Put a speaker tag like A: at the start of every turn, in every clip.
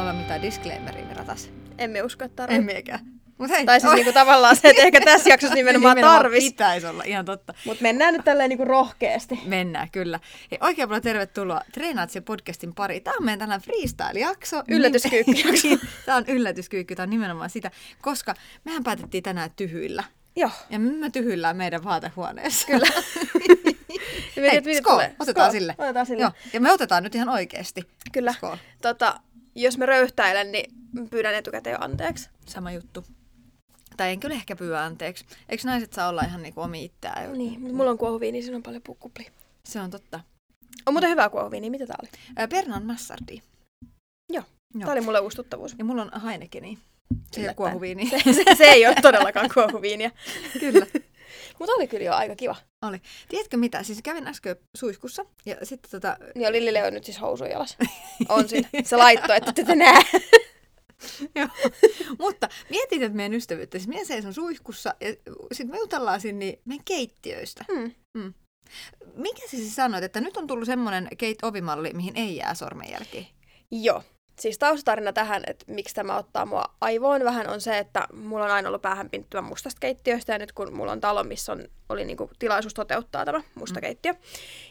A: olla mitään disclaimeria vielä tässä.
B: Emme usko, että tarvii.
A: En miekään. Mut hei,
B: Tai siis
A: oi,
B: niinku tavallaan se, että ehkä tässä jaksossa nimenomaan, tarvis.
A: pitäisi olla, ihan totta.
B: Mutta mennään nyt tälleen niinku rohkeasti.
A: Mennään, kyllä. Hei, oikein paljon tervetuloa Treenaat se podcastin pariin. Tämä on meidän tällainen freestyle-jakso.
B: Yllätyskyykkyjakso.
A: Niin- Tämä on yllätyskyykky, tämä on nimenomaan sitä, koska mehän päätettiin tänään tyhyillä.
B: Joo.
A: Ja me tyhyillään meidän vaatehuoneessa. Kyllä.
B: Ja
A: Hei,
B: mietit, mitä
A: skool,
B: tulee.
A: otetaan
B: Skool.
A: sille.
B: Otetaan sille.
A: Joo, ja me otetaan nyt ihan oikeasti.
B: Kyllä.
A: Skool.
B: Tota, jos mä röyhtäilen, niin pyydän etukäteen jo anteeksi.
A: Sama juttu. Tai en kyllä ehkä pyydä anteeksi. Eikö naiset saa olla ihan niinku omi itseään?
B: Niin, mutta mulla on kuohuviini, siinä on paljon pukkupli.
A: Se on totta.
B: On muuten hyvää kuohuviini, mitä tää oli?
A: Ää, Bernard Massardi. Joo.
B: Tää oli mulle uusi tuttavuus.
A: Ja mulla on Heinekeni. Se ei ole
B: Yllättäen.
A: kuohuviini.
B: Se, se, se ei ole todellakaan kuohuviiniä.
A: kyllä.
B: Mutta oli kyllä jo aika kiva.
A: Oli. Tiedätkö mitä? Siis kävin äsken suihkussa ja sitten tota...
B: Niin oli Lille on nyt siis housuja jalassa. On siinä. Se laittoi, että te te näe.
A: Joo. Mutta mietit, että meidän ystävyyttä. Siis minä seison suihkussa ja sitten me jutellaan sinne niin meidän keittiöistä.
B: Hmm.
A: Mikä sä siis sanoit, että nyt on tullut semmoinen keit-ovimalli, mihin ei jää sormenjälkiä?
B: Joo. Siis taustatarina tähän, että miksi tämä ottaa mua aivoon vähän, on se, että mulla on aina ollut päähän pinttymä mustasta keittiöstä, ja nyt kun mulla on talo, missä on, oli niinku tilaisuus toteuttaa tämä musta keittiö.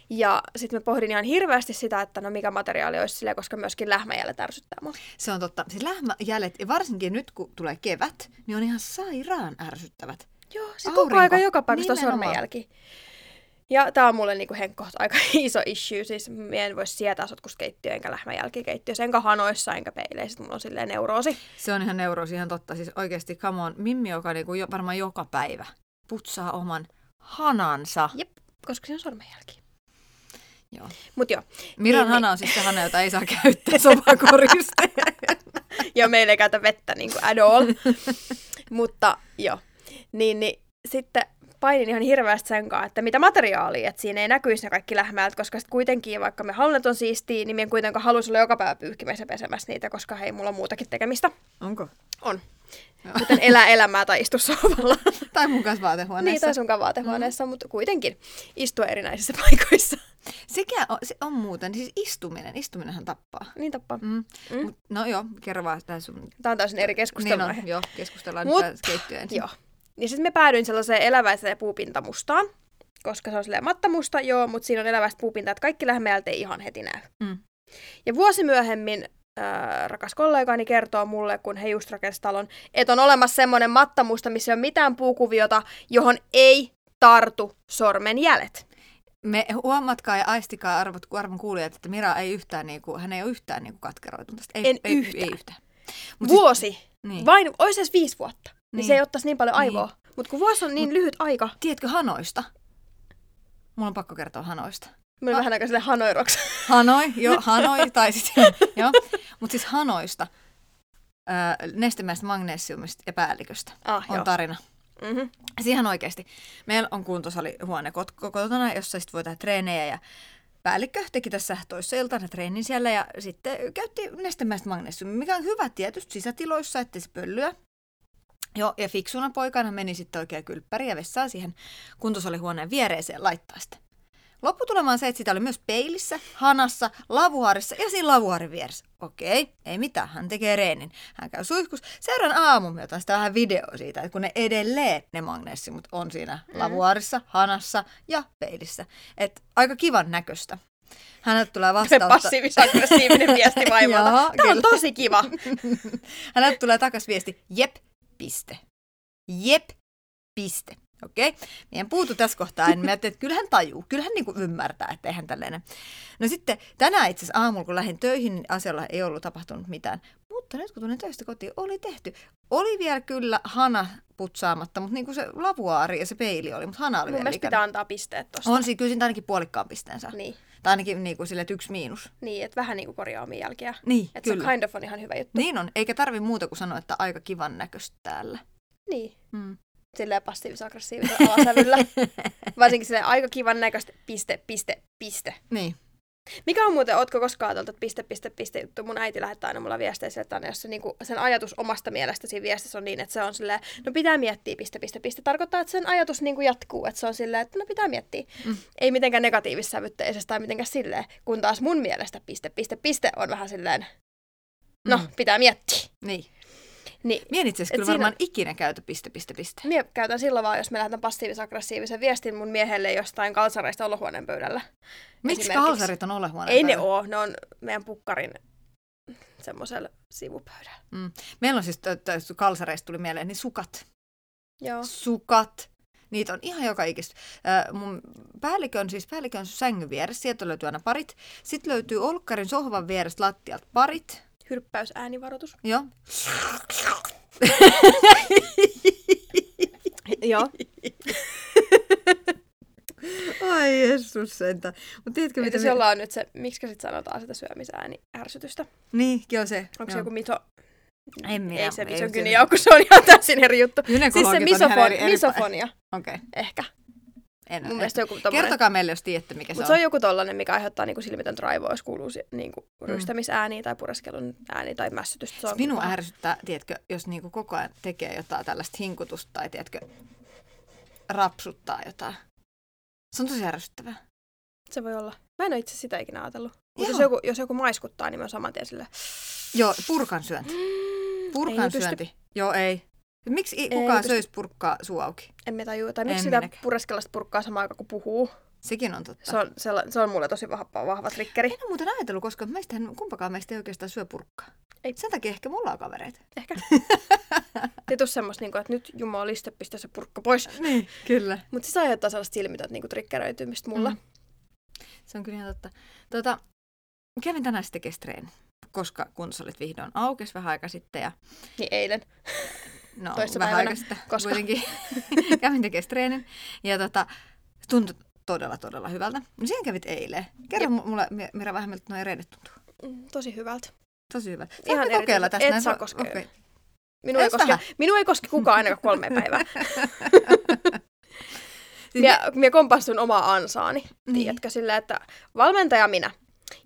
B: Ja sitten mä pohdin ihan hirveästi sitä, että no mikä materiaali olisi sille, koska myöskin lähmäjällä tärsyttää mua.
A: Se on totta. Siis lähmäjäljet, ja varsinkin nyt kun tulee kevät, niin on ihan sairaan ärsyttävät.
B: Joo, siis
A: Aurinko.
B: koko aika joka paikasta on
A: Nimenomaan.
B: sormenjälki. Ja tämä on mulle niinku henkkoht aika iso issue, siis mä en voi sietää sotkusta keittiöä, enkä lähmäjälki keittiössä, enkä hanoissa, enkä peileissä, mulla on silleen neuroosi.
A: Se on ihan neurosi, ihan totta. Siis oikeasti, come on, Mimmi, joka niinku jo, varmaan joka päivä putsaa oman hanansa.
B: Jep, koska se on sormenjälki.
A: Joo.
B: Mut joo,
A: Miran
B: Niin,
A: hana on siis se hana, jota ei saa käyttää sopakoriste.
B: ja meillä ei käytä vettä niin kuin at all. Mutta joo. Niin, niin sitten painin ihan hirveästi sen kanssa, että mitä materiaalia, että siinä ei näkyisi ne kaikki lähmäät, koska sitten kuitenkin, vaikka me halunnut on siistiä, niin minä en kuitenkaan haluaisi olla joka päivä pyyhkimässä ja pesemässä niitä, koska hei, mulla on muutakin tekemistä.
A: Onko?
B: On.
A: Joo.
B: Kuten elää elämää tai istu sohvalla.
A: Tai mun kanssa
B: niin,
A: vaatehuoneessa.
B: tai sunkaan vaatehuoneessa,
A: Mm.
B: mutta kuitenkin istua erinäisissä paikoissa.
A: Sekä on, se on muuten, siis istuminen. Istuminenhan tappaa.
B: Niin tappaa.
A: Mm.
B: Mm.
A: Mm. Mut, no joo, kerro vaan tää sun...
B: Tämä on täysin eri
A: Niin
B: keskustelu.
A: on, joo, keskustellaan
B: Mutta-
A: nyt keittiöön.
B: Joo. Ja sitten me päädyin sellaiseen eläväiseen puupintamustaan, koska se on silleen mattamusta, joo, mutta siinä on eläväistä puupintaa, että kaikki lähmeältä ei ihan heti näy.
A: Mm.
B: Ja vuosi myöhemmin ää, rakas kollegani kertoo mulle, kun he just rakensi talon, että on olemassa semmoinen mattamusta, missä ei ole mitään puukuviota, johon ei tartu sormenjäljet.
A: Me huomatkaa ja aistikaa arvot, arvon kuulijat, että Mira ei yhtään, niinku, hän ei ole yhtään niinku katkeroitunut. tästä. Ei,
B: En
A: ei,
B: yhtään.
A: Ei yhtään. Mut siis-
B: Vuosi,
A: niin.
B: vain, olisi edes viisi vuotta, niin,
A: Niin.
B: se ei ottaisi niin paljon aivoa. Mutta kun vuosi on niin lyhyt aika,
A: Tiedätkö hanoista? Mulla on pakko kertoa hanoista.
B: mä olin
A: Ah.
B: vähän aikaa silleen hanoiroksi.
A: Hanoi, joo, Hanoi, tai sitten, joo. Mutta siis Hanoista, öö, nestemäisestä magnesiumista ja päälliköstä
B: ah,
A: on
B: joo.
A: tarina.
B: mm-hmm.
A: Siihen oikeasti. Meillä on kuntosalihuone kot- kotona, jossa sit voi tehdä treenejä ja päällikkö teki tässä toissa iltana treenin siellä ja sitten käytti nestemäistä magnesiumia, mikä on hyvä tietysti sisätiloissa, ettei se pöllyä. Joo, ja fiksuna poikana meni sitten oikea kylppäri ja vessaa siihen kuntosalihuoneen viereiseen laittaa sitä. Lopputulema on se, että sitä oli myös peilissä, hanassa, lavuharissa ja siinä lavuharin vieressä. Okei, ei mitään, hän tekee reenin. Hän käy suihkus. Seuraan aamun me otan sitä vähän videoa siitä, että kun ne edelleen ne magnesiumit on siinä lavuharissa, hanassa ja peilissä. Et aika kivan näköstä. Häneltä tulee vastaus.
B: passiivis-aggressiivinen viesti vaimolta.
A: Joo,
B: Tämä on
A: kyllä.
B: tosi kiva.
A: Häneltä tulee takas viesti, jep, piste. Jep, piste. Okei, minä en puutu tässä kohtaa, en mä ajattelin, että kyllähän tajuu, kyllähän niinku ymmärtää, että eihän tällainen. No sitten tänään itse asiassa aamulla, kun lähdin töihin, niin asialla ei ollut tapahtunut mitään. Mutta nyt kun tulin töistä kotiin, oli tehty. Oli vielä kyllä hana putsaamatta, mutta niinku se lavuaari ja se peili oli, mutta hana oli
B: Mun
A: vielä
B: mielestä
A: vikana.
B: pitää antaa pisteet tosta.
A: On siinä, kyllä siinä ainakin puolikkaan pisteen saa. Niin.
B: Niin,
A: Tai ainakin niinku sille, että yksi miinus.
B: niin että vähän niinku korjaa omia jälkiä.
A: Niin,
B: Että
A: kyllä.
B: se kind of on ihan hyvä juttu.
A: Niin on, eikä tarvi muuta kuin sanoa, että aika kivan näköistä täällä.
B: Niin.
A: Mm.
B: Silleen passiivis-aggressiivisella alasävyllä. Varsinkin silleen aika kivan näköistä piste, piste, piste.
A: Niin.
B: Mikä on muuten, ootko koskaan tuolta piste, piste, piste juttu? Mun äiti lähettää aina mulla viestejä sille, että aina jos se, niinku, sen ajatus omasta mielestäsi viestissä on niin, että se on silleen, no pitää miettiä piste, piste, piste. Tarkoittaa, että sen ajatus niinku jatkuu, että se on silleen, että no pitää miettiä.
A: Mm.
B: Mm. Ei mitenkään negatiivissävytteisessä tai mitenkään silleen, kun taas mun mielestä piste, piste, piste on vähän silleen, No, pitää miettiä.
A: Niin.
B: Niin,
A: Mie en itse asiassa
B: Et
A: kyllä
B: siinä-
A: varmaan ikinä käytä piste, piste, piste.
B: Mie käytän silloin vaan, jos me lähetän passiivis-aggressiivisen viestin mun miehelle jostain kalsareista olohuoneen pöydällä.
A: Miksi
B: esimerkiksi-
A: kalsarit on olehuoneen
B: Ei ne
A: päällä?
B: oo, ne on meidän pukkarin semmoisella sivupöydällä.
A: Mm. Meillä on siis, t- t- kalsareista tuli mieleen, niin sukat.
B: Joo.
A: Sukat. Niitä on ihan joka ikistä. Äh, mun päällikön, siis päällikön sängyn vieressä, sieltä löytyy aina parit. Sitten löytyy olkkarin sohvan vierestä lattialta parit.
B: Hyrppäys, äänivaroitus.
A: Joo.
B: Joo.
A: Ai Jeesus sentä. Mutta tiedätkö
B: Entäs
A: me-
B: jolla on nyt se, miksi sit sanotaan sitä syömisääni ärsytystä?
A: Niin, joo se.
B: Onko se
A: joo.
B: joku mito?
A: En minä.
B: ei se
A: ei
B: misogynia, kun se on ihan täysin eri juttu. Siis
A: Gynekologit
B: se
A: on ihan
B: misofon,
A: eri- eri-
B: misofonia,
A: Okei.
B: ehkä.
A: en-
B: Mun
A: en-
B: mielestä joku tommonen.
A: Kertokaa meille, jos tiedätte, mikä
B: Mutta
A: se
B: se on
A: on.
B: joku tollanen, mikä aiheuttaa niinku silmitöntä raivoa, jos kuuluu si- niinku
A: Mm.
B: rystämisääniä tai pureskelun ääniä tai mässytystä. Se on
A: Siis Minua
B: paha.
A: ärsyttää, tiedätkö, jos niinku koko ajan tekee jotain tällaista hinkutusta tai tiedätkö, rapsuttaa jotain. Se on tosi ärsyttävää.
B: Se voi olla. Mä en ole itse sitä ikinä ajatellut. Mut jos
A: Joo.
B: joku, jos joku maiskuttaa, niin mä oon saman tien sille.
A: Joo, purkan syönti. Purkan
B: pysty.
A: syönti. Joo, ei. Miksi ei
B: Ei
A: kukaan
B: pysty.
A: söisi purkkaa suu auki?
B: En mä tajua. Tai
A: En
B: miksi sitä
A: minäkään.
B: pureskellasta purkkaa samaan aikaan, kun puhuu.
A: Sekin on totta.
B: Se on, sella, se on mulle tosi vahva, vahva trikkeri.
A: En ole muuten ajatellut koskaan, että meistähän, kumpakaan meistä ei oikeastaan syö purkkaa.
B: Ei.
A: Sen takia ehkä me ollaan kavereita.
B: Ehkä. Ei tuu semmoista, niinku, että nyt jumaliste, pistä se purkka pois.
A: Niin, kyllä.
B: Mutta siis aiheuttaa sellaista silmitöntä niinku, trikkeröitymistä mulla.
A: Mm. Se on kyllä ihan totta. Tota, kävin tänään sitten kestreen, koska kuntosalit vihdoin aukesi vähän aika sitten ja
B: Niin eilen.
A: no,
B: Toissa
A: vähän
B: päivänä,
A: aika sitten
B: koska-
A: kuitenkin kävin tekemään treenin ja tota, tuntui todella todella hyvältä. No siihen kävit eilen. Kerro Jep. mulle, Mi- Mira, vähän miltä noin reidet tuntuu.
B: Mm, Tosi hyvältä.
A: Tosi hyvältä. Sä
B: Ihan
A: Ihan kokeilla
B: erityisesti.
A: tästä.
B: Et
A: näin
B: saa
A: su-
B: koskea.
A: okei.
B: Minua ei,
A: Ees
B: koske,
A: vähän.
B: minua ei koske kukaan ainakaan kolme päivää.
A: Siis
B: Minä, minä kompastun omaa ansaani,
A: Niin.
B: niin. tiedätkö, sillä, että valmentaja minä.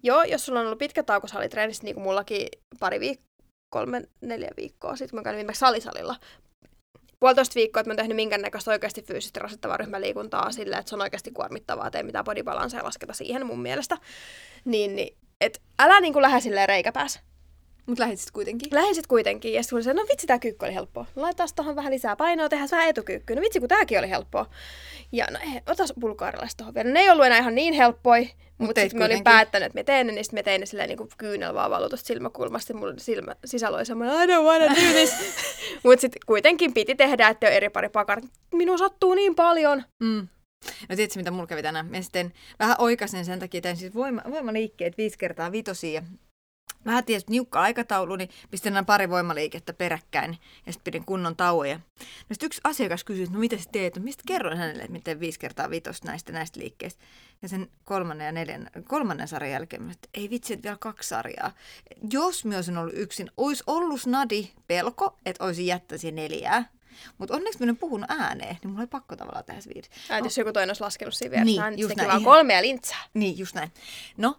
B: Joo, jos sulla on ollut pitkä tauko salitreenissä, niin kuin mullakin pari viikkoa, kolme, neljä viikkoa sitten, kun mä kävin viimeksi salisalilla. Puolitoista viikkoa, että mä oon tehnyt minkäännäköistä oikeasti fyysisesti rasittavaa ryhmäliikuntaa sillä, että se on oikeasti kuormittavaa, että ei mitään bodybalanceja lasketa siihen mun mielestä. Niin, niin et älä niin kuin lähde silleen reikäpäässä.
A: Mut lähit sitten kuitenkin.
B: Lähin sitten kuitenkin, ja sitten no vitsi, tämä kyykky oli helppoa. No Laitetaan tuohon vähän lisää painoa, tehdään vähän etukyykkyä. No vitsi, kun tämäkin oli helppoa. Ja no eh, otas bulgaarilaiset tuohon vielä. Ne ei ollut enää ihan niin helppoi, mutta
A: teit
B: sitten mä olin
A: kuitenkin.
B: päättänyt, että mä teen ne, niin sitten mä tein ne silleen niin kyynel vaan valutusta silmäkulmasta. Sitten Mulla silmä sisällä oli semmoinen, I don't wanna do this. mutta sitten kuitenkin piti tehdä, että on eri pari pakarit. Minua sattuu niin paljon.
A: Mm. No tiedätkö, mitä mulla kävi tänään? Mä sitten vähän oikasin sen takia, tein siis voima, voimaliikkeet viisi kertaa vitosia. Vähän tietysti niukka aikataulu, niin pistin nämä pari voimaliikettä peräkkäin ja sitten pidin kunnon tauoja. No sitten yksi asiakas kysyi, että no mitä sä teet? No mistä kerroin hänelle, että miten viisi kertaa vitosta näistä näistä liikkeistä. Ja sen kolmannen ja neljän, kolmannen sarjan jälkeen, mä että ei vitsi, että vielä kaksi sarjaa. Jos myös olisin ollut yksin, olisi ollut snadi pelko, että olisin jättäisi neljää. Mutta onneksi minä en puhunut ääneen, niin mulla oli pakko tavallaan tehdä se viides.
B: Ää, että jos joku toinen olisi laskenut siinä vieressä,
A: Oh. Niin,
B: niin,
A: just
B: niin
A: näin,
B: sekin vaan
A: ihan.
B: kolmea lintsää.
A: Niin, just näin. No,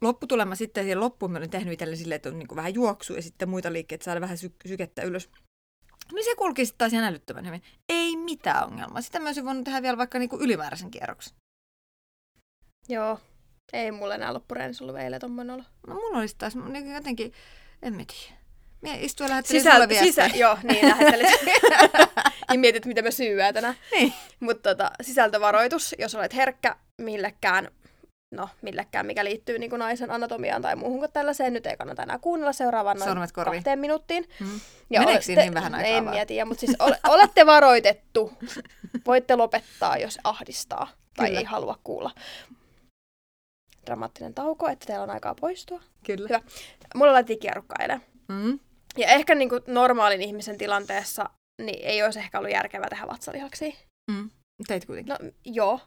A: lopputulema sitten siihen loppuun mä olin tehnyt itselleni silleen, että on niin vähän juoksu ja sitten muita liikkeitä saada vähän sy- sykettä ylös. Niin se kulki sitten taas ihan älyttömän hyvin. Ei mitään ongelmaa. Sitä mä olisin voinut tehdä vielä vaikka niinku ylimääräisen kierroksen.
B: Joo. Ei mulla enää loppureenissä ollut eilen tommonen olo.
A: No mulla olisi taas niinku jotenkin, en mä tiedä. Mä istuin ja lähettelin
B: Sisältö,
A: sulle viestiä.
B: sisä, joo, niin lähettelet. niin mietit, mitä mä syyään tänään.
A: Niin.
B: Mutta tota, sisältövaroitus, jos olet herkkä millekään, no millekään, mikä liittyy niin naisen anatomiaan tai muuhun kuin tällaiseen, nyt ei kannata enää kuunnella seuraavan noin
A: Sormet korviin.
B: kahteen minuuttiin.
A: Mm. Meneekö siinä niin vähän aikaa
B: En
A: vai?
B: mietiä, mutta siis ole, olette varoitettu. Voitte lopettaa, jos ahdistaa tai
A: Kyllä.
B: ei halua kuulla. Dramaattinen tauko, että teillä on aikaa poistua.
A: Kyllä.
B: Hyvä. Mulla laitettiin kierrukka eilen.
A: Mm.
B: Ja ehkä niin kuin normaalin ihmisen tilanteessa niin ei olisi ehkä ollut järkevää tehdä vatsalihaksia.
A: Mm. Teit kuitenkin.
B: No joo.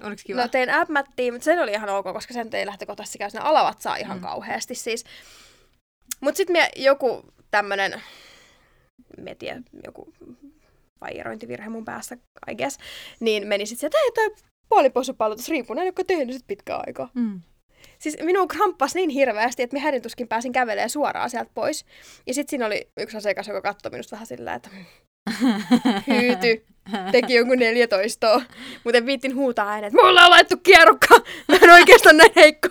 A: No, Oliko
B: Kiva.
A: kiva?
B: No tein abmättiä, mutta sen oli ihan ok, koska sen ei lähtökohtaisesti käy sinne alavatsaa ihan
A: Mm.
B: mm. kauheasti siis. Mutta sitten joku tämmönen, mä tiedän, joku vaijerointivirhe mun päässä, I guess, niin meni sitten sieltä, että hei, toi puoliposupallotus riippuu, näin joka tehnyt sit pitkään aikaa.
A: Mm.
B: Siis minua kramppasi niin hirveästi, että me hädin tuskin pääsin kävelemään suoraan sieltä pois. Ja sitten siinä oli yksi asiakas, joka katsoi minusta vähän sillä, että hyyty, teki jonkun 14. Muuten viittin huutaa ääneen, että mulla on laittu kierrokka, mä en oikeastaan näin heikko.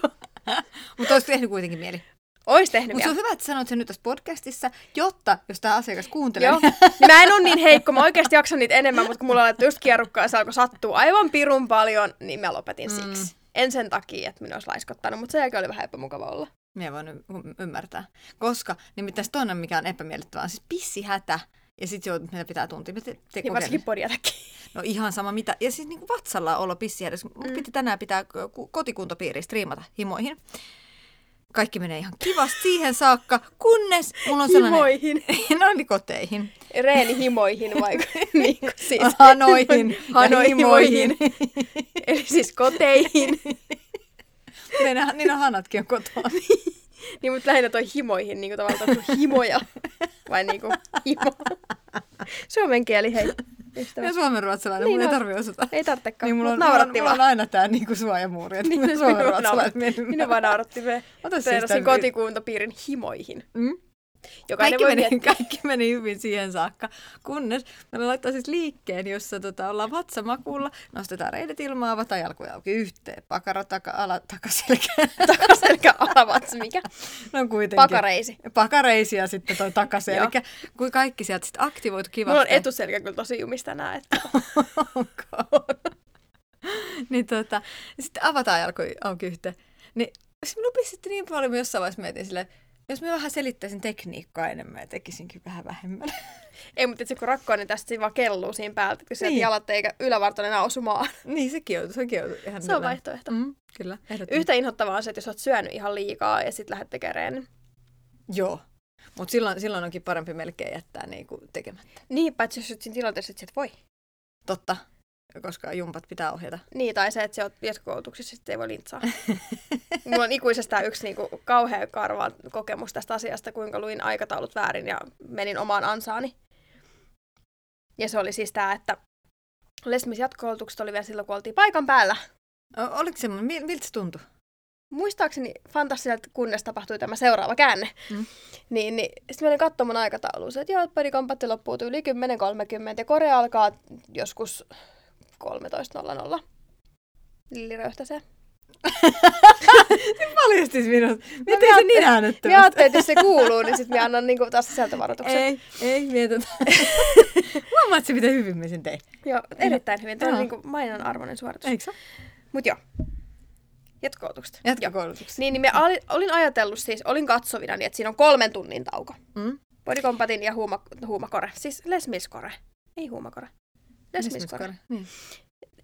A: Mutta olisiko tehnyt kuitenkin mieli?
B: Ois tehnyt
A: Mutta se
B: vielä.
A: on hyvä, että sanoit sen nyt tässä podcastissa, jotta jos tämä asiakas kuuntelee,
B: Joo.
A: niin
B: Niin mä en ole niin heikko, mä oikeasti jaksan niitä enemmän, mutta kun mulla oli just kierrukkaa ja se alkoi sattua aivan pirun paljon, niin mä lopetin mm. siksi. En sen takia, että minä olisi laiskottanut, mutta sen jälkeen oli vähän epämukava olla.
A: minä voin y- ymmärtää. Koska nimittäin se toinen, mikä on epämiellyttävää, on siis pissihätä. Ja sitten joudut, mitä pitää tuntia. Mä te, te
B: Ja
A: kokeilin.
B: Niin, varsinkin podiatakin.
A: No ihan sama mitä. Ja siis niin kuin vatsalla olo pissihädässä.
B: Mm.
A: Mun piti tänään pitää k- kotikuntopiiri striimata himoihin. Kaikki menee ihan kivasti siihen saakka, kunnes mulla on sellainen...
B: Himoihin.
A: no niin koteihin.
B: Reenihimoihin vai niin kuin siis.
A: Hanoihin. ja
B: Hanoihimoihin.
A: himoihin.
B: Eli siis koteihin.
A: Ne- ne- niin on hanatkin on kotoa.
B: niin, mutta lähinnä toi himoihin, niin kuin tavallaan onko himoja vai niin kuin himo. Suomen kieli, hei. Ystävä.
A: Ja suomenruotsalainen,
B: Niin
A: niin mulla
B: on.
A: ei tarvi osata.
B: Ei tarvitsekaan,
A: Niin mulla on,
B: mutta
A: mulla on,
B: nauratti
A: mulla
B: vaan.
A: on aina tää niinku suojamuuri, että niin, suomenruotsalaiset
B: nauratti. Minä
A: mennään.
B: vaan nauratti. Me
A: Ota siis
B: teerasin
A: tämän-
B: kotikuntapiirin himoihin.
A: Mm.
B: Jokainen
A: Kaikki
B: voi
A: meni,
B: miettiä.
A: kaikki meni hyvin siihen saakka, kunnes me laittaa siis liikkeen, jossa tota, ollaan vatsamakuulla, nostetaan reidet ilmaa, avataan jalkoja auki yhteen, pakara taka, ala, takaselkä,
B: Takaselkä alavats, mikä?
A: no kuitenkin.
B: Pakareisi.
A: Pakareisi ja sitten toi takaselkä, kun kaikki sieltä sitten aktivoitu kivasti.
B: Mulla on etuselkä kyllä tosi jumis tänään. Että...
A: Onko? niin tota, ja sitten avataan jalkoja auki yhteen. Niin se minun pisti niin paljon, mä jossain vaiheessa mietin silleen, jos mä vähän selittäisin tekniikkaa enemmän ja tekisinkin vähän vähemmän.
B: Ei, mutta itse kun rakkoinen tästä se vaan kelluu siinä päältä, kun sieltä
A: Niin.
B: jalat eikä ylävartalo enää osumaan.
A: niin, sekin on, sekin on ihan
B: Se on
A: tällainen.
B: vaihtoehto.
A: Mm, kyllä, ehdottomasti.
B: Yhtä inhottavaa on se, että jos oot syönyt ihan liikaa ja sitten lähdet tekemään reenin.
A: Joo. Mutta silloin, silloin onkin parempi melkein jättää niinku tekemättä.
B: Niin, paitsi jos oot siinä tilanteessa, että sä et voi.
A: Totta, koska jumpat pitää ohjata.
B: Niin, tai se, että se oot jatkokoutuksessa, sitten ei voi lintsaa. Mulla on ikuisesta yksi niinku kauhean karva kokemus tästä asiasta, kuinka luin aikataulut väärin ja menin omaan ansaani. Ja se oli siis tämä, että Lesmis jatkokoutukset oli vielä silloin, kun oltiin paikan päällä.
A: O- oliko semmoinen, mil, miltä se tuntui?
B: Muistaakseni fantastiselta, kunnes tapahtui tämä seuraava käänne. Mm.
A: Mm.
B: Niin, niin sitten menin katsomaan mun aikatauluun, se, että joo, pödikomppatti loppuu yli 10.30 ja Korea alkaa joskus 13.00. Lilli röyhtäsee.
A: Paljastis minut.
B: mä
A: Miten se
B: No ajattelin-
A: niin äänettömästi?
B: Mä ajattelin, että jos se kuuluu, niin sitten mä annan niinku taas sisältövaroituksen.
A: Ei, ei, mietin. Huomaat se, miten hyvin me sen tein.
B: Joo, erittäin hyvin. Tämä on
A: Joo.
B: niinku mainon arvoinen suoritus.
A: Eikö se?
B: Mut joo, jatkootukset.
A: Jatkokoulutuksia.
B: Niin, niin mä olin, olin ajatellut siis, olin katsovina, niin että siinä on kolmen tunnin tauko.
A: Mm.
B: Bodycompatin ja huuma, huumakore. Siis lesmiskore. Ei huumakore. Lesmiskore.
A: Niin.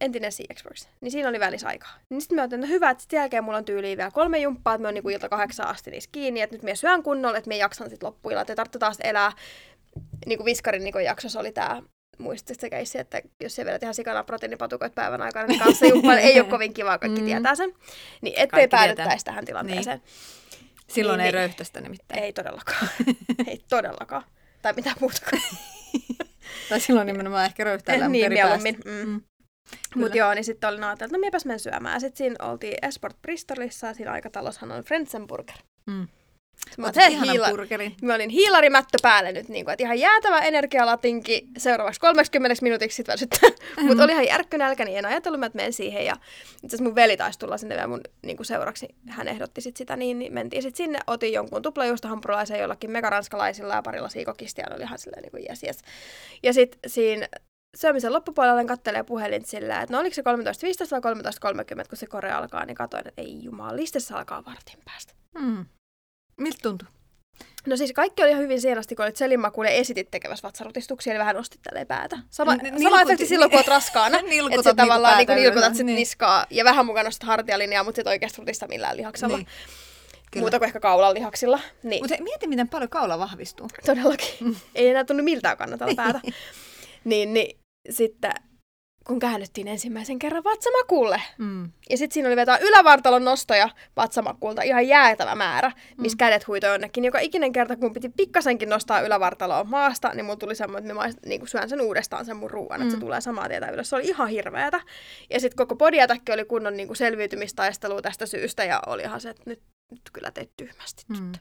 B: Entinen Sea Experts. Niin siinä oli välisaikaa. Niin sitten mä ajattelin, että no hyvä, että sitten jälkeen mulla on tyyliin vielä kolme jumppaa, että mä oon niinku ilta kahdeksan asti niissä kiinni, että nyt mä syön kunnolla, että mä jaksan sitten loppuilla, että ei tarvitse taas elää. Niin kuin Viskarin niin jaksossa oli tämä muistatko se keissi, että jos ei vielä tehdä sikana proteiinipatukoita päivän aikana, niin kanssa jumppailu ei ole kovin kivaa, kaikki mm. Niin.
A: Mm.
B: tietää sen. Niin ettei
A: Kaikki tietää.
B: päädyttäisi tähän tilanteeseen.
A: Silloin
B: Niin,
A: ei
B: niin.
A: röyhtästä nimittäin.
B: Ei todellakaan. ei todellakaan. Tai mitä muutakaan.
A: Tai silloin nimenomaan ehkä röyhtäillä,
B: niin,
A: eri päästä.
B: mieluummin. Mm.
A: Mm.
B: Mutta
A: Kyllä.
B: joo, niin sitten olin ajatellut, että no miepäs menen syömään. Sitten siinä oltiin Esport Bristolissa ja siinä aikatalossa on Frenzenburger.
A: Mm.
B: Mä,
A: Oot
B: olin,
A: ihanan
B: hiila...
A: burgerin.
B: Mä olin hiilarimättö päälle nyt, niin kuin, että ihan jäätävä energialatinki seuraavaksi 30 minuutiksi sitten väsyttää. Mm-hmm.
A: Mm.
B: Mutta oli ihan järkkynälkä, niin en ajatellut, mä, että menen siihen. Ja itse asiassa mun veli taisi tulla sinne vielä mun niin kuin seuraksi. Hän ehdotti sit sitä, niin, niin mentiin sitten sinne. Otin jonkun tuplajuustohampurilaisen jollakin megaranskalaisilla ja parilla siikokistia. Ne oli ihan silleen niin kuin yes, yes. Ja sitten siinä syömisen loppupuolella hän kattelee puhelin sillä, että no oliko se 13.15 vai 13.30, kun se kore alkaa, niin katoin, että ei jumalista, se alkaa vartin päästä.
A: Mm. Miltä tuntui?
B: No siis kaikki oli ihan hyvin siihen asti, kun olit selinmakuun ja esitit tekevässä vatsarutistuksia, eli vähän nostittelee päätä. Sama,
A: N-
B: N- sama
A: nilkuti-
B: efekti silloin, kun olet raskaana.
A: Nilkutat
B: että sä
A: niinku
B: tavallaan niinku
A: päätä
B: nilkutat
A: ylös,
B: sit
A: niin.
B: niskaa ja vähän mukana nostat hartialinjaa, mutta et oikeasti rutista millään lihaksella.
A: Niin. Kyllä.
B: Muuta kuin ehkä kaulan lihaksilla. Niin,
A: Mutta mieti, miten paljon kaula vahvistuu. Mm.
B: todellakin. Ei enää tunnu miltään kannatella päätä. niin, niin sitten kun käännyttiin ensimmäisen kerran vatsamakuulle,
A: Mm.
B: ja sitten siinä oli vielä tää ylävartalon nostoja vatsamakulta, ihan jäätävä määrä, missä kädet huitoi jonnekin. Joka ikinen kerta, kun mun piti pikkasenkin nostaa ylävartaloa maasta, niin mulla tuli semmoinen, että mä maist, niin syön sen uudestaan sen mun ruuan, mm. että se tulee samaa tietä ylös. Se oli ihan hirveätä. Ja sitten koko podiatakki oli kunnon niin selviytymistaistelu tästä syystä, ja olihan se, että nyt, nyt kyllä teet tyhmästi. Mm.
A: Mm.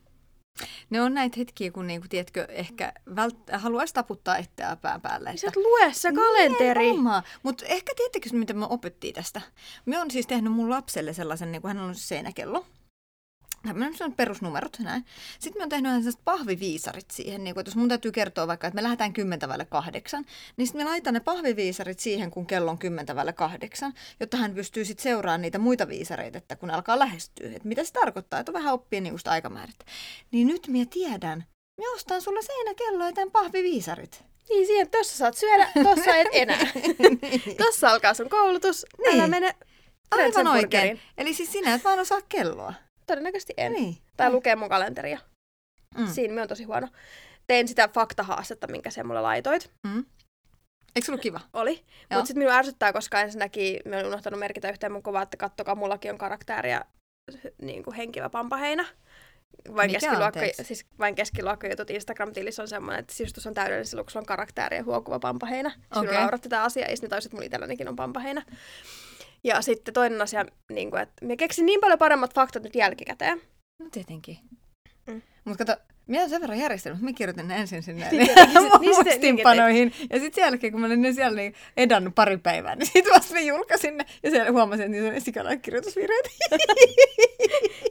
A: Ne on näitä hetkiä, kun niinku, tiedätkö, ehkä vält- haluaisi taputtaa itseään pään päälle.
B: Sä et lue Niin se kalenteri.
A: Mutta ehkä tiedättekö, mitä me opettiin tästä? Me on siis tehnyt mun lapselle sellaisen, niin kun hän on seinäkello. tämmöinen sun perusnumerot näin. Sitten mä oon tehnyt ihan sellaiset pahviviisarit siihen, niin kun, että jos mun täytyy kertoa vaikka, että me lähdetään kymmentä vaille kahdeksan, niin sitten me laitan ne pahviviisarit siihen, kun kello on kymmentä vaille kahdeksan, jotta hän pystyy sitten seuraamaan niitä muita viisareita, että kun alkaa lähestyä, että mitä se tarkoittaa, että vähän oppii niin sitä aikamäärättä. Niin nyt mä tiedän, mä ostan sulle seinäkelloa ja tämän pahviviisarit.
B: Niin siihen, tossa saat syödä, tossa et enää. tossa alkaa sun koulutus, niin. älä
A: Niin.
B: mene
A: Aivan
B: Löydät sen
A: oikein.
B: burgerin.
A: Eli siis sinä et vaan osaa kelloa.
B: Todennäköisesti en.
A: Niin.
B: Tai lukee mun kalenteria.
A: Mm.
B: Siinä mä oon tosi huono. Tein sitä faktahaastetta, minkä sä mulle laitoit.
A: Mm. Eikö se ollut kiva?
B: Oli.
A: Joo.
B: Mutta sitten minua ärsyttää, koska ensinnäkin mä olin unohtanut merkitä yhteen mun kuvaa, että kattokaa, mullakin on karaktääriä niin kuin henkivä pampaheinä. Vain,
A: Mikä on
B: keskiluokka,
A: teeksi?
B: siis vain keskiluokkajutut Instagram-tilissä on semmoinen, että sisustus on täydellinen silloin, kun sulla on karaktääri ja huokuva pampaheinä. Okay.
A: Okei.
B: Sinun nauratti tätä asiaa ja sitten tajusin, että mulla itsellänikin on pampaheinä. Ja sitten toinen asia, niin kuin, että me keksin niin paljon paremmat faktat nyt jälkikäteen.
A: No tietenkin.
B: Mm.
A: Mutta kato, minä olen sen verran järjestelmä, että minä kirjoitin ne ensin sinne
B: Niin tietenkin,
A: mun
B: niin sitten-
A: muistiinpanoihin. Ja sitten sen jälkeen, kun mä olin ne siellä niin edannut pari päivää, niin sitten vasta mä julkaisin ne. Ja siellä huomasin, että niissä on sikana kirjoitusvirheitä.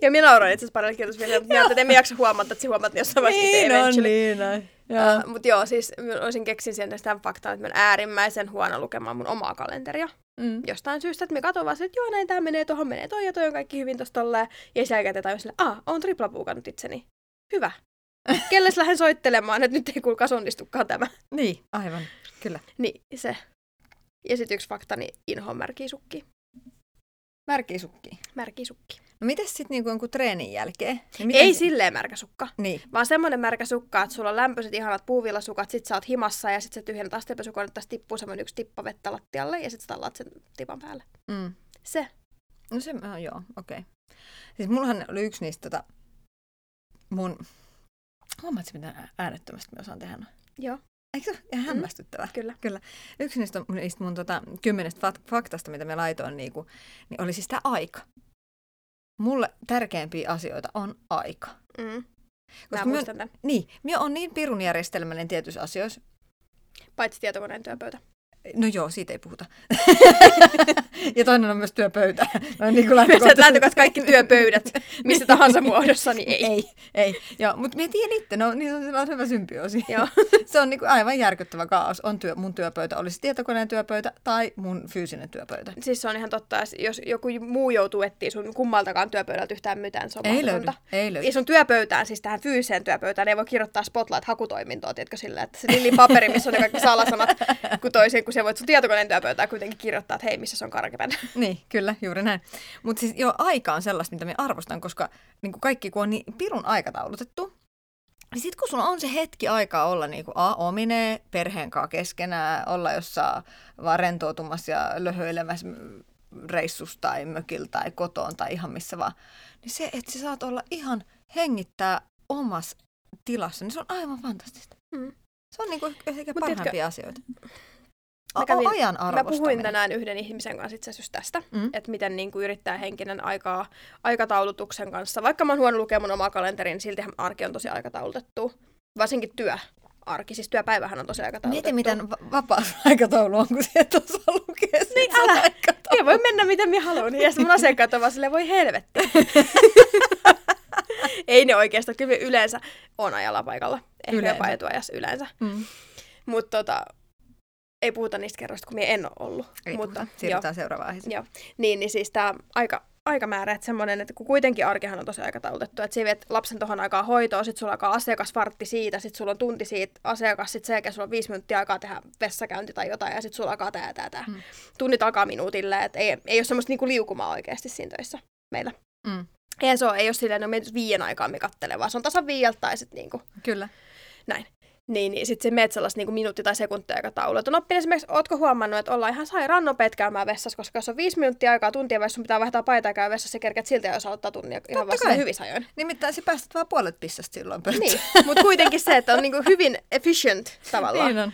B: Ja minä nauroin itse asiassa parilla kirjoitusvirheellä, mutta minä ajattelin, että emme jaksa huomata, että se huomaat jossain vaiheessa itse eventually.
A: niin on. Joo.
B: Mutta joo, siis mä olisin keksin sen tästä faktaa, että mä olen äärimmäisen huono lukemaan mun omaa kalenteria.
A: Mm.
B: Jostain syystä, että mä katson vaan, että joo, näin tää menee, tohon menee toi ja toi on kaikki hyvin tosta tolleen. Ja sen jälkeen tajun silleen, aah, oon triplapuukannut itseni. Hyvä. Kelles lähden soittelemaan, että nyt ei kuulkaas onnistukaan tämä.
A: Niin, aivan. Kyllä.
B: Niin, se. Ja sitten yksi fakta, niin inho märkisukki.
A: Märkiä sukkia.
B: Märkisukki.
A: No mites sitten niinku jonkun treenin jälkeen? Niin miten
B: Ei
A: se-
B: silleen märkä sukka.
A: Niin.
B: Vaan semmoinen märkä sukka, että sulla on lämpöiset ihanat puuvillasukat, sit sä oot himassa ja sit sä tyhjennät astianpesukone, että tippuu semmoinen yksi tippa vettä lattialle ja sit sä tallaat sen tipan päälle.
A: Mm.
B: Se.
A: No se, no, joo, okei. Okay. Siis mullahan oli yksi niistä tota, mun... Huomaatko, mitä ä- äänettömästi me osaan tehdä? noin?
B: Joo,
A: Eikö se ole ihan
B: Mm.
A: hämmästyttävää?
B: kyllä.
A: Yksi niistä, mun- niistä mun tota, kymmenestä fak- faktasta, mitä me laitoin, niinku, niin oli siis tämä aika. Mulle tärkeimpiä asioita on aika.
B: Mm. Mä
A: Koska mä,
B: muistan tämän.
A: niin, mä on niin pirun järjestelmällinen tietyissä asioissa.
B: Paitsi tietokoneen työpöytä.
A: No joo, siitä ei puhuta. ja toinen on myös työpöytä. No, niin kuin
B: Sä et
A: lähtökohtaisesti.
B: lähtökohtaisesti kaikki työpöydät, missä tahansa muodossa, niin ei.
A: ei, ei. Joo, mutta mä tiedän itse, no niin on sellainen hyvä symbioosi.
B: Joo.
A: Se on niinku aivan järkyttävä kaos. On työ, mun työpöytä, olisi tietokoneen työpöytä tai mun fyysinen työpöytä.
B: Siis se on ihan totta, jos- jos joku muu joutuu etsiä sun kummaltakaan työpöydältä yhtään mitään, se on
A: Ei löydy,
B: mahdotonta.
A: ei löydy.
B: Ja sun työpöytään, siis tähän fyysiseen työpöytään, ei voi kirjoittaa spotlight-hakutoimintoa, tiedätkö sillä, että se lillin paperi, missä on ne kaikki salasanat, kun toisin, kun sä voit sun tietokoneen työpöytään kuitenkin kirjoittaa, että hei, missä se on karkeven.
A: Niin, kyllä, juuri näin. Mutta siis joo, aika on sellaista, mitä me arvostan, koska niin kuin kaikki kun on niin pirun aikataulutettu, niin sitten kun sulla on se hetki aikaa olla niin kuin A, omine, perheen kanssa keskenään, olla jossain vaan rentoutumassa ja löhöilemässä mm, reissussa tai mökillä tai kotoon tai ihan missä vaan, niin se, että sä saat olla ihan hengittää omassa tilassa, niin se on aivan fantastista.
B: Mm.
A: Se on niin kuin ehkä
B: Mut
A: parhaimpia
B: tiedätkö,
A: asioita.
B: mä
A: A-
B: kävin-
A: ajan
B: Mä
A: arvostaminen.
B: puhuin tänään yhden ihmisen kanssa itse asiassa tästä,
A: Mm.
B: että miten niin kuin yrittää henkinen aikaa aikataulutuksen kanssa. Vaikka mä oon huono lukea mun omaa kalenteriin, niin siltihän arki on tosi aikataulutettu. Varsinkin työ. Arki, siis työpäivähän on tosi
A: Mieti,
B: aikataulutettu.
A: miten va- vapaa sun aikataulu on, kun sieltä osaa lukea sen
B: Niin,
A: sun
B: älä.
A: aikataulun.
B: Ei voi mennä miten minä haluan. Ja sitten mun asiakkaat on vaan silleen, voi helvetti. Ei ne oikeastaan, kyllä me yleensä on ajalla paikalla. Ehkä
A: Yleensä.
B: jopa etuajassa yleensä.
A: Mm.
B: Mutta tota, ei puhuta niistä kerroista, kun minä en ole ollut.
A: Ei
B: Mutta,
A: Mutta, Siirrytään seuraavaan aiheeseen.
B: Joo. Niin, niin siis tämä aika, aikamäärä, että semmoinen, että kun kuitenkin arkihan on tosi aikataulutettu, että sä viet lapsen tuohon aikaan hoitoon, sit sulla alkaa asiakasvartti siitä, sit sulla on tunti siitä asiakas, sit sen jälkeen sulla on viisi minuuttia aikaa tehdä vessakäynti tai jotain, ja sit sulla alkaa tää, tää, tää.
A: Mm.
B: Mm. Tunnit alkaa minuutille, että ei, ei ole semmoista niinku liukumaa oikeasti siinä töissä meillä.
A: Mm.
B: Eihän se ole, ei ole silleen, no me nyt viien aikaa me kattelee, vaan se on tasan viieltä tai sit niinku
A: Kyllä.
B: näin. Niin, niin sitten se menet sellaista niin minuutti- tai sekuntia aikataulua. Että noppin esimerkiksi, ootko huomannut, että ollaan ihan sairaan nopeet käymään vessassa, koska jos on viisi minuuttia aikaa tuntia vessassa, sun pitää vaihtaa paitaa ja käydä vessassa, sä kerkeät silti jos aloittaa tunnia ihan
A: Totta
B: vasta
A: kai.
B: hyvissä ajoin.
A: Nimittäin sä päästät vaan puolet pissasta silloin pöytään.
B: Niin, mutta kuitenkin se, että on niin kuin hyvin efficient tavallaan.
A: niin on.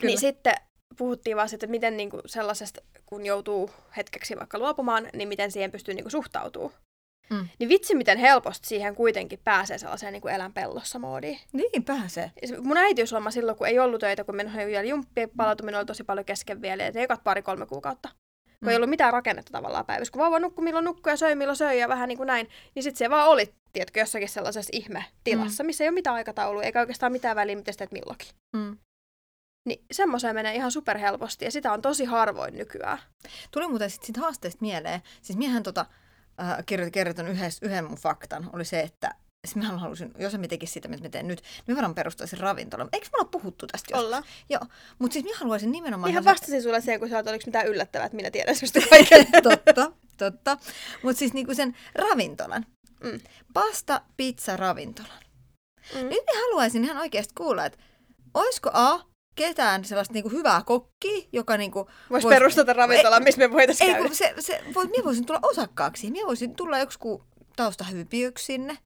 A: Kyllä.
B: Niin sitten puhuttiin vaan siitä, että miten niin kuin sellaisesta, kun joutuu hetkeksi vaikka luopumaan, niin miten siihen pystyy niin kuin suhtautuu.
A: Mm.
B: Niin vitsi, miten helposti siihen kuitenkin pääsee sellaiseen niin kuin elän pellossa moodiin.
A: niin pääsee.
B: Se- Mun äitiysloma silloin, kun ei ollut töitä, kun minä oli vielä jumppi, palautuminen oli tosi paljon kesken vielä, et ekat pari-kolme kuukautta. kun
A: Mm.
B: ei ollut mitään rakennetta tavallaan päivässä. Kun vauva nukkui milloin nukkui ja söi milloin söi ja vähän niin kuin näin, niin sitten se vaan oli, tiedätkö, jossakin sellaisessa ihme tilassa, missä ei ole mitään aikataulua, eikä oikeastaan mitään väliä, miten sä teet milloinkin.
A: Mm.
B: Niin semmoiseen menee ihan superhelposti ja sitä on tosi harvoin nykyään.
A: Tuli muuten sitten siitä haasteesta mieleen. Siis miehän tota, äh, kirjoitin, kerrotin yhdessä- yhden mun faktan, oli se, että siis mä halusin, jos mä tekisi sitä, mitä mä teen nyt, niin mä varmaan perustaisin ravintolan. Eikö me olla puhuttu tästä joskus?
B: Ollaan.
A: Joo, mutta siis mä haluaisin nimenomaan...
B: Ihan
A: ihan se-
B: vastasin sulle siihen, kun sä olet, oliko mitään yllättävää, että minä tiedän susta kaiken.
A: totta, totta. Mutta siis niinku sen ravintolan.
B: Mm.
A: Pasta, pizza, ravintolan.
B: Mm.
A: Nyt mä haluaisin ihan oikeasti kuulla, että olisiko A, ketään sellaista niinku hyvää kokkia, joka niinku...
B: Voisi perustata ravintolan, missä me voitaisiin
A: Ei,
B: käydä.
A: kun se, se, voi, minä voisin tulla osakkaaksi. Minä voisin tulla joku taustahypiöksi sinne.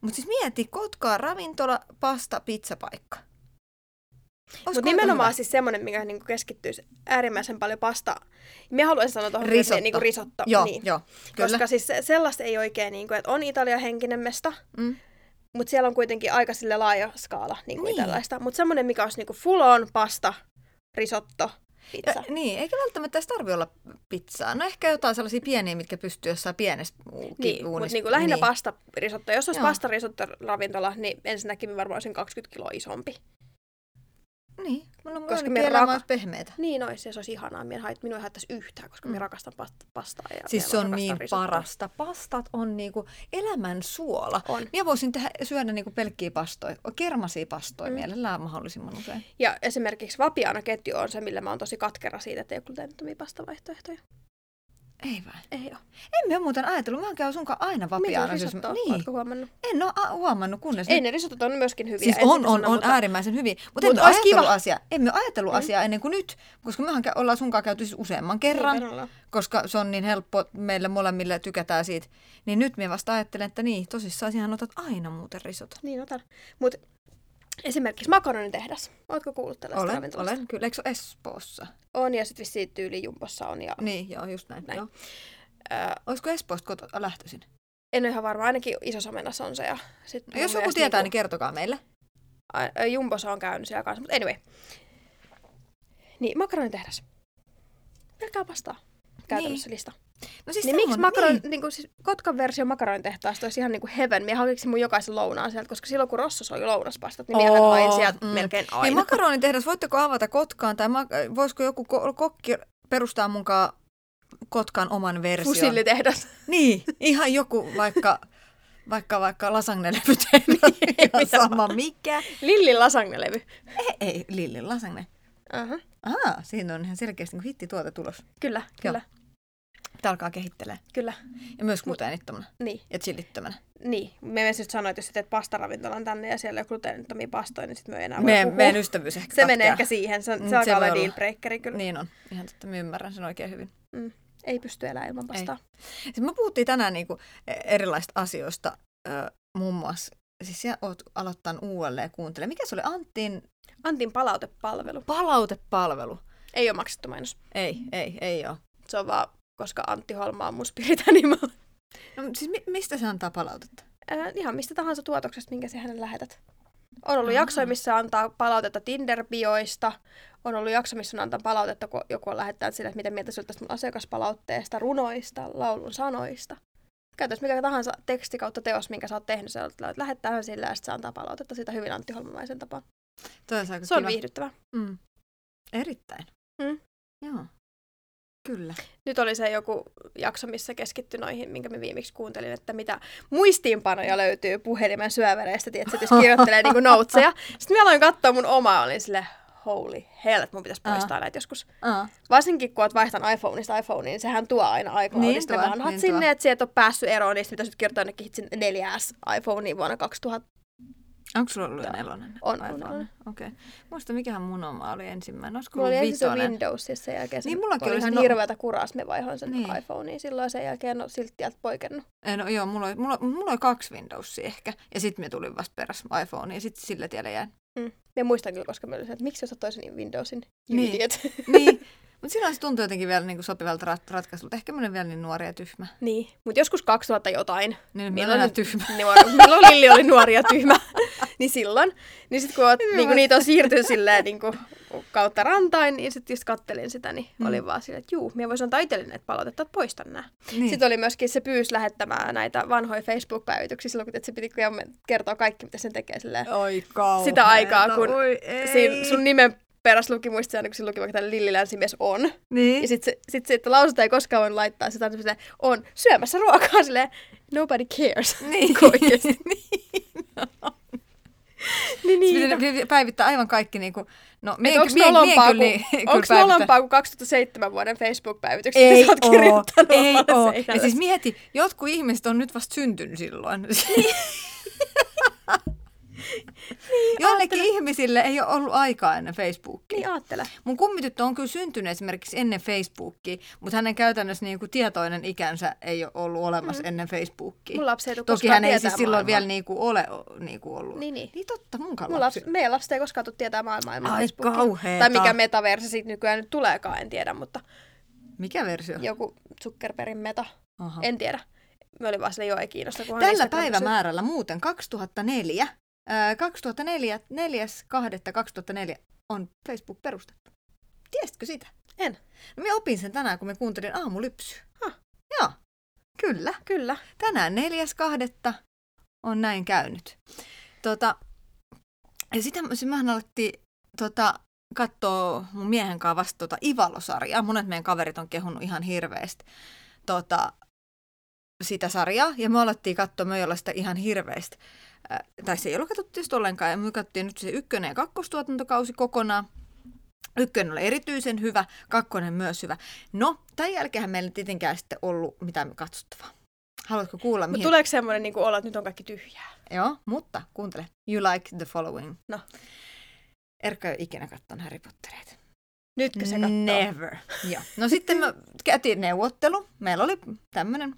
A: Mutta siis mieti, Kotkaa ravintola, pasta, pizzapaikka. Olisiko aika
B: Mutta nimenomaan
A: hyvä?
B: siis semmoinen, mikä niinku keskittyisi äärimmäisen paljon pasta. Mä haluaisin sanoa tuohon
A: Risotto.
B: Niinku risotto.
A: Joo,
B: niin.
A: joo, kyllä.
B: Koska siis se- sellaista ei oikein, niinku, että on Italia-henkinen mesta,
A: Mm.
B: mutta siellä on kuitenkin aika sille laaja skaala niinku
A: Niin.
B: niin. tällaista. Mutta semmoinen, mikä olisi niinku full on pasta, risotto, pizza.
A: Ja, niin, eikä välttämättä edes tarvi olla pizzaa. No ehkä jotain sellaisia pieniä, mitkä pystyy jossain pienessä u-
B: Niin, mutta
A: uunissa.
B: niinku lähinnä
A: niin.
B: pasta risotta. Jos olisi
A: Joo.
B: pasta risotta ravintola, niin ensinnäkin mä varmaan olisin 20 kiloa isompi.
A: Niin, mulla on
B: koska
A: koska
B: meidän
A: elämä
B: raka-
A: olisi pehmeätä.
B: Niin olisi, ja se olisi ihanaa. Mie en hait, minua ei haittaisi yhtään, koska mm. minä rakastan past- pastaa. Ja
A: Siis
B: minä
A: se on
B: rakastan
A: niin
B: risottoa.
A: parasta. Pastat on niinku elämän suola.
B: On.
A: Minä voisin tehdä, syödä niinku pelkkiä pastoja, kermasia pastoja mm. mielellään mahdollisimman usein.
B: Ja esimerkiksi Vapiana-ketju on se, millä mä oon tosi katkera siitä, että ei ole gluteenittomia pastavaihtoehtoja.
A: Ei vai?
B: Ei ole.
A: En mä muuten ajatellut. Mä käyn sunkaan aina vapiaana.
B: Mietin risottoa,
A: niin.
B: ootko huomannut?
A: En ole a- huomannut kunnes
B: Ei,
A: nyt.
B: ne risotot on myöskin hyviä.
A: Siis
B: en
A: on,
B: sitä
A: on,
B: sano,
A: on
B: mutta-
A: äärimmäisen hyvin. Mutta
B: Mut
A: emme
B: ois
A: ajatellut
B: kiva. Mm.
A: asiaa. Emme ajatellut asiaa ennen kuin nyt, koska mehän kä- ollaan sunkaan käyty siis useamman kerran,
B: Niin, kerralla.
A: koska se on niin helppo meille molemmille tykätään siitä. Niin nyt minä vasta ajattelen, että niin, tosissaan sinähän otat aina muuten risot.
B: Niin otan. Mut esimerkiksi makaronitehdas. Ootko kuullut tällaista
A: Olen,
B: ravintolasta?
A: olen. Kyllä, eikö se ole Espoossa?
B: On, ja sitten vissiin tyyli Jumbossa on. Ja,
A: Niin, joo, just näin.
B: Näin.
A: Joo.
B: öö,
A: Olisiko Espoosta koto- lähtöisin?
B: en ole ihan varma, ainakin Iso-Somenassa on se. Ja sit
A: No,
B: mun
A: jos joku
B: mielestä
A: tietää, niin
B: niinku-
A: kertokaa meille.
B: a- Jumbossa on käynyt siellä kanssa, mutta anyway. Niin, makaronitehdas. Pelkää pastaa. Käytännössä niin. lista.
A: No siis
B: Niin miksi
A: semmonen-
B: makaron, niin. Niin kuin, siis Kotkan versio makaronitehtaasta olisi ihan niin kuin heaven. Minä hakeksin mun jokaisen lounaan sieltä, koska silloin kun Rossos oli lounaspastat, niin minähän
A: Oo,
B: hain sieltä
A: mm.
B: mm. melkein aina.
A: Hei, makaronitehdas, voitteko avata Kotkaan, tai ma- äh, voisiko joku ko- kokki perustaa munkaan Kotkan oman version?
B: Fusillitehdas.
A: Niin, ihan joku vaikka, vaikka, vaikka lasagnelevytehdas, Niin, ihan
B: mitä
A: sama mikä.
B: Lillin lasagnelevy.
A: Ei, ei Lillin lasagne.
B: Uh-huh.
A: Aha, siinä on ihan selkeästi niin hittituote tulos.
B: Kyllä, kyllä,
A: Tämä alkaa kehittelee.
B: kyllä.
A: Ja myös gluteenittomana
B: Niin,
A: ja chillittömänä.
B: niin. Me myös just sanoin, että jos sä teet pastaravintolan tänne ja siellä on gluteenittomia pastoja, niin sitten me ei enää voi
A: Meidän,
B: puhua.
A: meidän ystävyys ehkä
B: Se menee
A: katkeaa.
B: ehkä siihen. Se,
A: Mm,
B: se
A: se
B: alkaa
A: voi
B: olla
A: olla.
B: dealbreakeri kyllä.
A: Niin on. Ihan totta, mä ymmärrän sen oikein hyvin.
B: Mm. Ei pysty elämään ilman pastaa.
A: Siis me puhuttiin tänään niinku erilaisista asioista, ö, muun muassa, siis sä oot aloittanut uudelleen kuuntelemaan. Mikä se oli Antin
B: Antin palautepalvelu.
A: palautepalvelu?
B: Ei ole maksettu mainos.
A: Ei, ei, ei oo.
B: Se on vaan, koska Antti Holma on mun spiritanimo.
A: No, mut siis mi- mistä se antaa palautetta?
B: Ää, ihan mistä tahansa tuotoksesta, minkä sä hänen lähetät. On ollut jaksoja, missä antaa palautetta Tinder-bioista. On ollut jakso, missä on antaa palautetta, kun joku on lähettänyt sille, että mitä mieltä siltä mun asiakaspalautteesta, runoista, laulun sanoista. Käytäis mikä tahansa teksti kautta teos, minkä sä oot tehnyt, sä olet lähettää sillä ja sit se antaa palautetta siitä hyvin Antti Holmamaisen tapaan.
A: Toi on aika
B: Se on
A: kiva.
B: viihdyttävää.
A: Mm. Erittäin.
B: Mm.
A: Joo. Kyllä.
B: Nyt oli se joku jakso, missä keskittyi noihin, minkä me viimeksi kuuntelin, että mitä muistiinpanoja löytyy puhelimen syövereistä, tiedätkö, että jos kirjoittelee niinku noutseja. Sitten mä aloin katsoa mun omaa, olin sille holy hell, että mun pitäisi
A: Aa.
B: poistaa näitä joskus.
A: Aa.
B: Varsinkin kun oot vaihtanut iPhoneista iPhoneen, niin sehän tuo aina iCloudista
A: Niin
B: niin,
A: tuo,
B: vanhat
A: niin tuo.
B: niin sinne, että sieltä on päässyt eroon niistä, mitä sä nyt kirjoittaa jonnekin hitsin 4S iPhoneen vuonna 2000.
A: Onko sulla ollut jo nelonen?
B: On,
A: Vai
B: on,
A: vaan?
B: on.
A: Okei. Muista, mikähän mun oma oli ensimmäinen. Olisiko
B: Mulla
A: ollut
B: oli ensin se
A: vitonen?
B: Windows ja sen jälkeen se
A: Niin, mullakin
B: oli
A: oli se
B: ihan
A: no-
B: hirveätä kuraa, sitten me vaihoin sen
A: Niin.
B: niin. iPhoneen silloin ja sen jälkeen no, silti sieltä poikennut.
A: Ei, no, joo, mulla oli, mulla, mulla oli kaksi Windowsia ehkä. Ja sitten me tulin vasta perässä iPhone ja sitten sillä tiellä jäin.
B: Mm. Ja muistan kyllä, koska mä olin se, että miksi osat toisen Windowsin
A: Niin.
B: niin. idiot.
A: Niin. Mutta silloin se tuntui jotenkin vielä niinku sopivalta rat- ratkaisulta. Ehkä mä olin vielä niin nuori ja tyhmä.
B: niin. Mutta joskus 2000 jotain,
A: Niin mä
B: Milloin
A: olen enää
B: nyt-
A: tyhmä.
B: nuori, milloin Lilli niinku oli nuori ja tyhmä, niin silloin, niin sitten kun oot, niin niitä on siirtynyt silleen niin kuin kautta rantain, niin sitten just kattelin sitä, niin mm. olin vaan silleen, että juu, minä voisin antaa itselleni näitä palautetta, että poistan nämä. Niin. Sitten oli myöskin se pyys lähettämään näitä vanhoja Facebook-päivityksiä silloin, kun et se piti kertoa kaikki, mitä sen tekee silleen.
A: Oi kauheeta,
B: Sitä aikaa, kun
A: oi
B: siinä sun nimen peräs luki muistissa aina, kun se luki vaikka tämän Lilli Länsimies on.
A: Niin.
B: Ja sitten se, sit se, että lausetta ei koskaan voi laittaa sitä, että on syömässä ruokaa, silleen nobody cares.
A: Niin.
B: Kun oikeesti. niin,
A: Sitten
B: niin.
A: pitää Siis päivittää aivan kaikki niinku, no mie,
B: Onko
A: mie, mie,
B: nolompaa,
A: kyllä,
B: kuin,
A: niin, kyllä
B: onks
A: päivittää.
B: nolompaa kuin 2007 vuoden Facebook-päivitykset,
A: Ei
B: mitä sä oot
A: oo,
B: kirjoittanut
A: ei
B: vaan
A: oo.
B: seinälle?
A: Ja siis mieti, jotkut ihmiset on nyt vasta syntynyt silloin.
B: Niin.
A: Jollekin ihmisille ei ole ollut aikaa ennen Facebookia.
B: Niin aattele.
A: Mun kummityttö on kyllä syntynyt esimerkiksi ennen Facebookia, mutta hänen käytännössä niin kuin tietoinen ikänsä ei ole ollut olemassa mm. ennen Facebookia.
B: Mun lapsi ei tule
A: Toki hän ei siis
B: tietää
A: silloin
B: maailmaa.
A: vielä niin kuin ole niin kuin ollut.
B: Niin, niin.
A: niin totta, munkaan
B: Mun
A: lapsi.
B: lapsi, meidän lapset ei koskaan tule tietää maailmaa ilman
A: Ai
B: Facebookia.
A: kauheeta.
B: Tai mikä metaversi siitä nykyään nyt tuleekaan, en tiedä, mutta
A: Mikä versio?
B: joku Zuckerbergin meta.
A: Aha.
B: En tiedä. Mä olin vaan sille, joo, ei kiinnosta. kunhan
A: Tällä
B: Instagram pysyy.
A: päivämäärällä muuten 2004, ää, 2004, 4.2.2004 on Facebook perustettu. Tiesitkö sitä?
B: En.
A: No minä opin sen tänään, kun me kuuntelin aamulypsyä.
B: Hah.
A: Joo, kyllä.
B: Kyllä.
A: Tänään 4.2. on näin käynyt. Tota, ja sitten mehän alettiin tota, katsoa mun miehen kanssa vasta tota Ivalo-sarjaa. Monet meidän kaverit on kehunut ihan hirveästi tota, sitä sarjaa. Ja me alettiin katsoa, me ei olla sitä ihan hirveästi. Äh, tai se ei ollut katsottu tietysti ollenkaan. Ja me katsottiin nyt se ykkönen ja kakkostuotantokausi kokonaan. Ykkönen oli erityisen hyvä, kakkonen myös hyvä. No, tämän jälkeen meillä ei tietenkään sitten ollut mitään katsottavaa. Haluatko kuulla,
B: Mutta
A: mihin
B: tuleeko semmoinen niin olo, että nyt on kaikki tyhjää?
A: Joo, mutta kuuntele. You like the following.
B: No.
A: Erkka ei ole ikinä kattonut Harry Pottereita.
B: Nytkö se katsoo?
A: Never. Joo. No sitten me käytiin neuvottelu. Meillä oli tämmöinen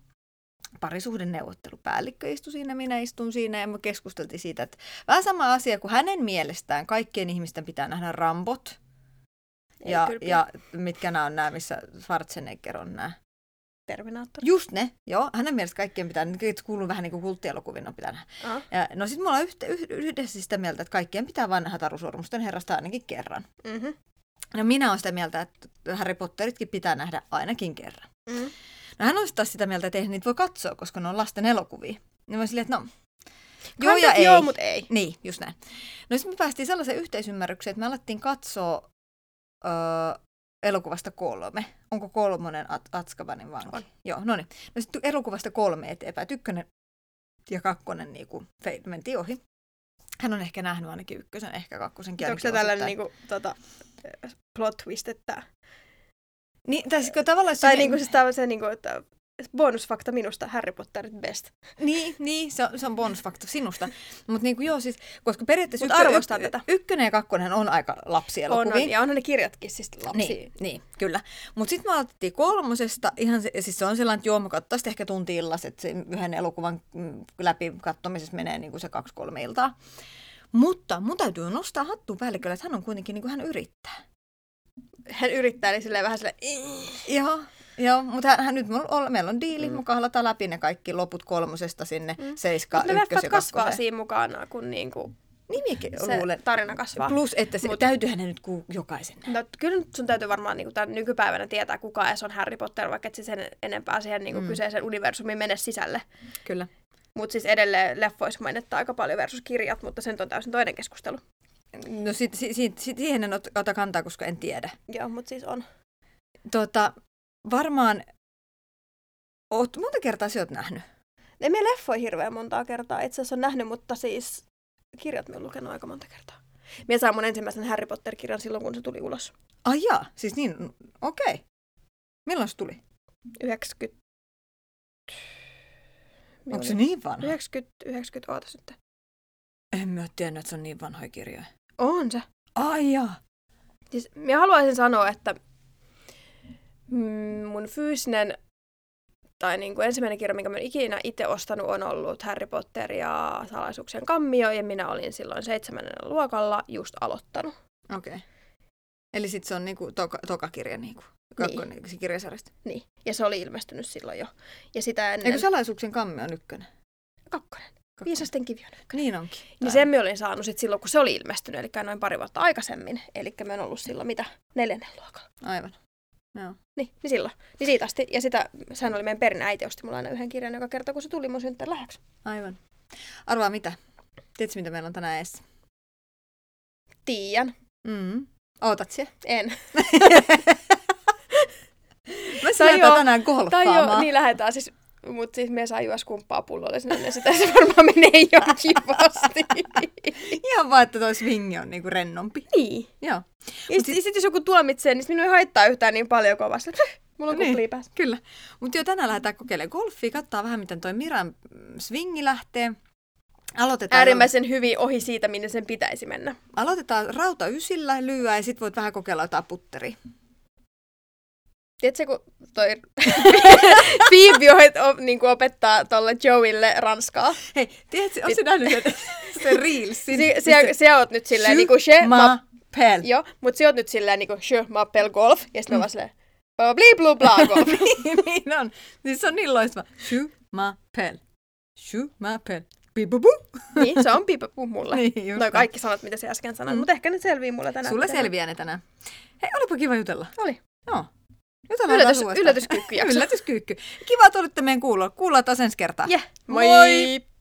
A: parisuhdeneuvottelupäällikkö istui siinä, minä istun siinä ja me keskusteltiin siitä, että vähän sama asia kuin hänen mielestään kaikkien ihmisten pitää nähdä rambot
B: Ei
A: ja,
B: kylpiä.
A: ja mitkä nämä on nämä, missä Schwarzenegger on nämä.
B: Terminaattori.
A: Just ne, joo. Hänen mielestä kaikkien pitää, niitä kuuluu vähän niin kuin kulttielokuvin on pitää nähdä.
B: Ah.
A: Ja, no sitten me ollaan yhtä, yh- yhdessä sitä mieltä, että kaikkien pitää vaan nähdä Taru Sormusten herrasta ainakin kerran.
B: Mm-hmm.
A: No minä olen sitä mieltä, että Harry Potteritkin pitää nähdä ainakin kerran.
B: Mm.
A: No hän on sitten taas sitä mieltä, että eihän niitä voi katsoa, koska ne on lasten elokuvia. Niin mä silleen, että no, joo ja ei.
B: Joo, mutta ei.
A: Niin, just näin. No sitten me päästiin sellaiseen yhteisymmärrykseen, että me alettiin katsoa öö, elokuvasta kolme. Onko kolmonen At- Atskabanin vanki?
B: On.
A: Joo, no niin. No sitten elokuvasta kolme eteenpäin. Et Ykkönen ja kakkonen niin kuin, mentiin ohi. Hän on ehkä nähnyt ainakin ykkösen, ehkä kakkosen
B: Onko se tällainen niinku, tota, plot twist, että...
A: Niin, tai siis kun tavallaan...
B: niinku- Tai niinku siis tämmöisen niinku, että bonusfakta minusta, Harry Potterit best.
A: Niin, niin se, on, se on bonusfakta sinusta. Mutta niinku, joo, siis, koska periaatteessa
B: Mut arvostan tätä.
A: ykkönen ja kakkonen on aika
B: On,
A: lapsielokuvia.
B: on, ja onhan ne kirjatkin siis lapsi.
A: Niin, niin kyllä. Mutta sitten me aloitettiin kolmosesta, ihan se, siis se on sellainen, että joo, me katsoisin ehkä tunti illas, että sen yhden elokuvan mm, läpi katsomisessa menee niin kuin se kaksi-kolme iltaa. Mutta mun täytyy nostaa hattu päällikölle, että hän on kuitenkin, niin kuin hän yrittää.
B: Hän yrittää niin silleen vähän silleen...
A: Joo, joo mutta hän, hän, nyt mulla on, meillä on diili, mm. mukaan lataa läpi ne kaikki loput kolmosesta sinne, mm. seiska,
B: Ne
A: ykkös
B: leffat
A: ja
B: kasvaa
A: kakkoseen.
B: siinä mukana, kun niinku
A: Nimikin
B: se
A: luulen.
B: tarina kasvaa.
A: Plus, että se, Mut... täytyyhän ne nyt ku, jokaisen nähdä.
B: No, kyllä nyt sun täytyy varmaan niin tämän nykypäivänä tietää, kuka edes on Harry Potter, vaikka et sä sen enempää siihen niin mm. kyseisen universumiin mene sisälle.
A: Kyllä.
B: Mutta siis edelleen leffoissa mainittaa aika paljon versus kirjat, mutta sen on täysin toinen keskustelu.
A: No sit, si, si, si, siihen en ota- ota kantaa, koska en tiedä.
B: Joo, mutta siis on.
A: Tota, varmaan oot, monta kertaa sä oot nähnyt.
B: En mie leffoi hirveän montaa kertaa, itse asiassa on nähnyt, mutta siis kirjat mä oon lukenut aika monta kertaa. Mie sain mun ensimmäisen Harry Potter-kirjan silloin, kun se tuli ulos.
A: Ai jaa, siis niin, okei. Okay. Milloin se tuli?
B: 90... Mie
A: Onko se
B: olin-
A: niin vanha?
B: 90, 90, ootas nyt.
A: En mä oo tiennyt, että se on niin vanhoja kirjoja.
B: On se.
A: Ai jaa.
B: Siis minä haluaisin sanoa, että mm, mun fyysinen tai niin kuin ensimmäinen kirja, minkä mä oon ikinä itse ostanut, on ollut Harry Potter ja salaisuuksien kammio, ja minä olin silloin seitsemännellä luokalla just aloittanut.
A: Okei. Okay. Eli sit se on niinku toka, toka kirja niinku. Kakkonen niin. kirjasarjasta.
B: Niin. Ja se oli ilmestynyt silloin jo. Ja sitä ennen...
A: Eikö salaisuuksien kamme on ykkönen?
B: Kakkonen.
A: Kakkonen.
B: Viisasten kivi on ykkönen.
A: Niin onkin.
B: Niin sen mä olin saanut sit silloin, kun se oli ilmestynyt, eli noin pari vuotta aikaisemmin. Eli mä en ollut silloin mitä neljännen luokalla.
A: Aivan. Joo.
B: Niin, niin silloin. Niin siitä asti. Ja sitä, sehän oli meidän perin äiti osti mulla aina yhden kirjan joka kerta, kun se tuli mun synttäin läheksi.
A: Aivan. Arvaa mitä? Tiedätkö, mitä meillä on tänään edessä?
B: Tiian.
A: Mm. Ootat siellä?
B: En.
A: Me saadaan
B: joo,
A: tänään
B: Tai
A: golfaamaan.
B: joo, niin lähdetään siis. Mutta siis me saa juos kumppaa pullolle sinne, ja sitä se varmaan menee jo kivasti.
A: Ihan vaan, että toi swingi on niinku rennompi.
B: niin.
A: Joo,
B: Ja sitten sit, jos joku tuomitsee, niin sit minua ei haittaa yhtään niin paljon kuin vasta. Mulla on
A: Niin.
B: niin. kuplia päässä.
A: kyllä. Mutta jo tänään lähdetään kokeilemaan golfia, katsotaan vähän, miten toi Miran mm, swingi lähtee. Aloitetaan,
B: Äärimmäisen hyvin ohi siitä, minne sen pitäisi mennä.
A: aloitetaan rauta ysillä lyöä ja sit voit vähän kokeilla jotain putteria.
B: Tiedätkö, kun toi Phoebe o- o- niin opettaa tuolle Joeille ranskaa.
A: Hei, tiedätkö, onko se nähnyt sen, sen reelsin?
B: Si- se, se, oot nyt silleen, niin kuin she, ma,
A: pel.
B: joo, mut se oot nyt silleen, niin kuin she, mappel golf, ja sitten mm. vaan silleen, "Ö, bli blu bla golf.
A: niin on. Siis se on niin loistava. Schumapel. Schumapel. Bibubu.
B: niin, se on piipapu mulle.
A: Niin, just
B: Noi
A: näin.
B: kaikki sanat, mitä se äsken sanoit,
A: Mm.
B: mm. mutta ehkä ne selvii mulle tänään.
A: Sulle
B: mitä ne on.
A: selviää ne tänään. Hei, olipa kiva jutella.
B: Oli.
A: Joo. Jutellaan
B: Yllätys,
A: taas uudestaan.
B: yllätyskyykkyjakso.
A: Yllätyskyykky. Kiva, että olitte meidän kuulla. Kuullaan taas ensi kertaa.
B: Yeah.
A: Moi!
B: Moi!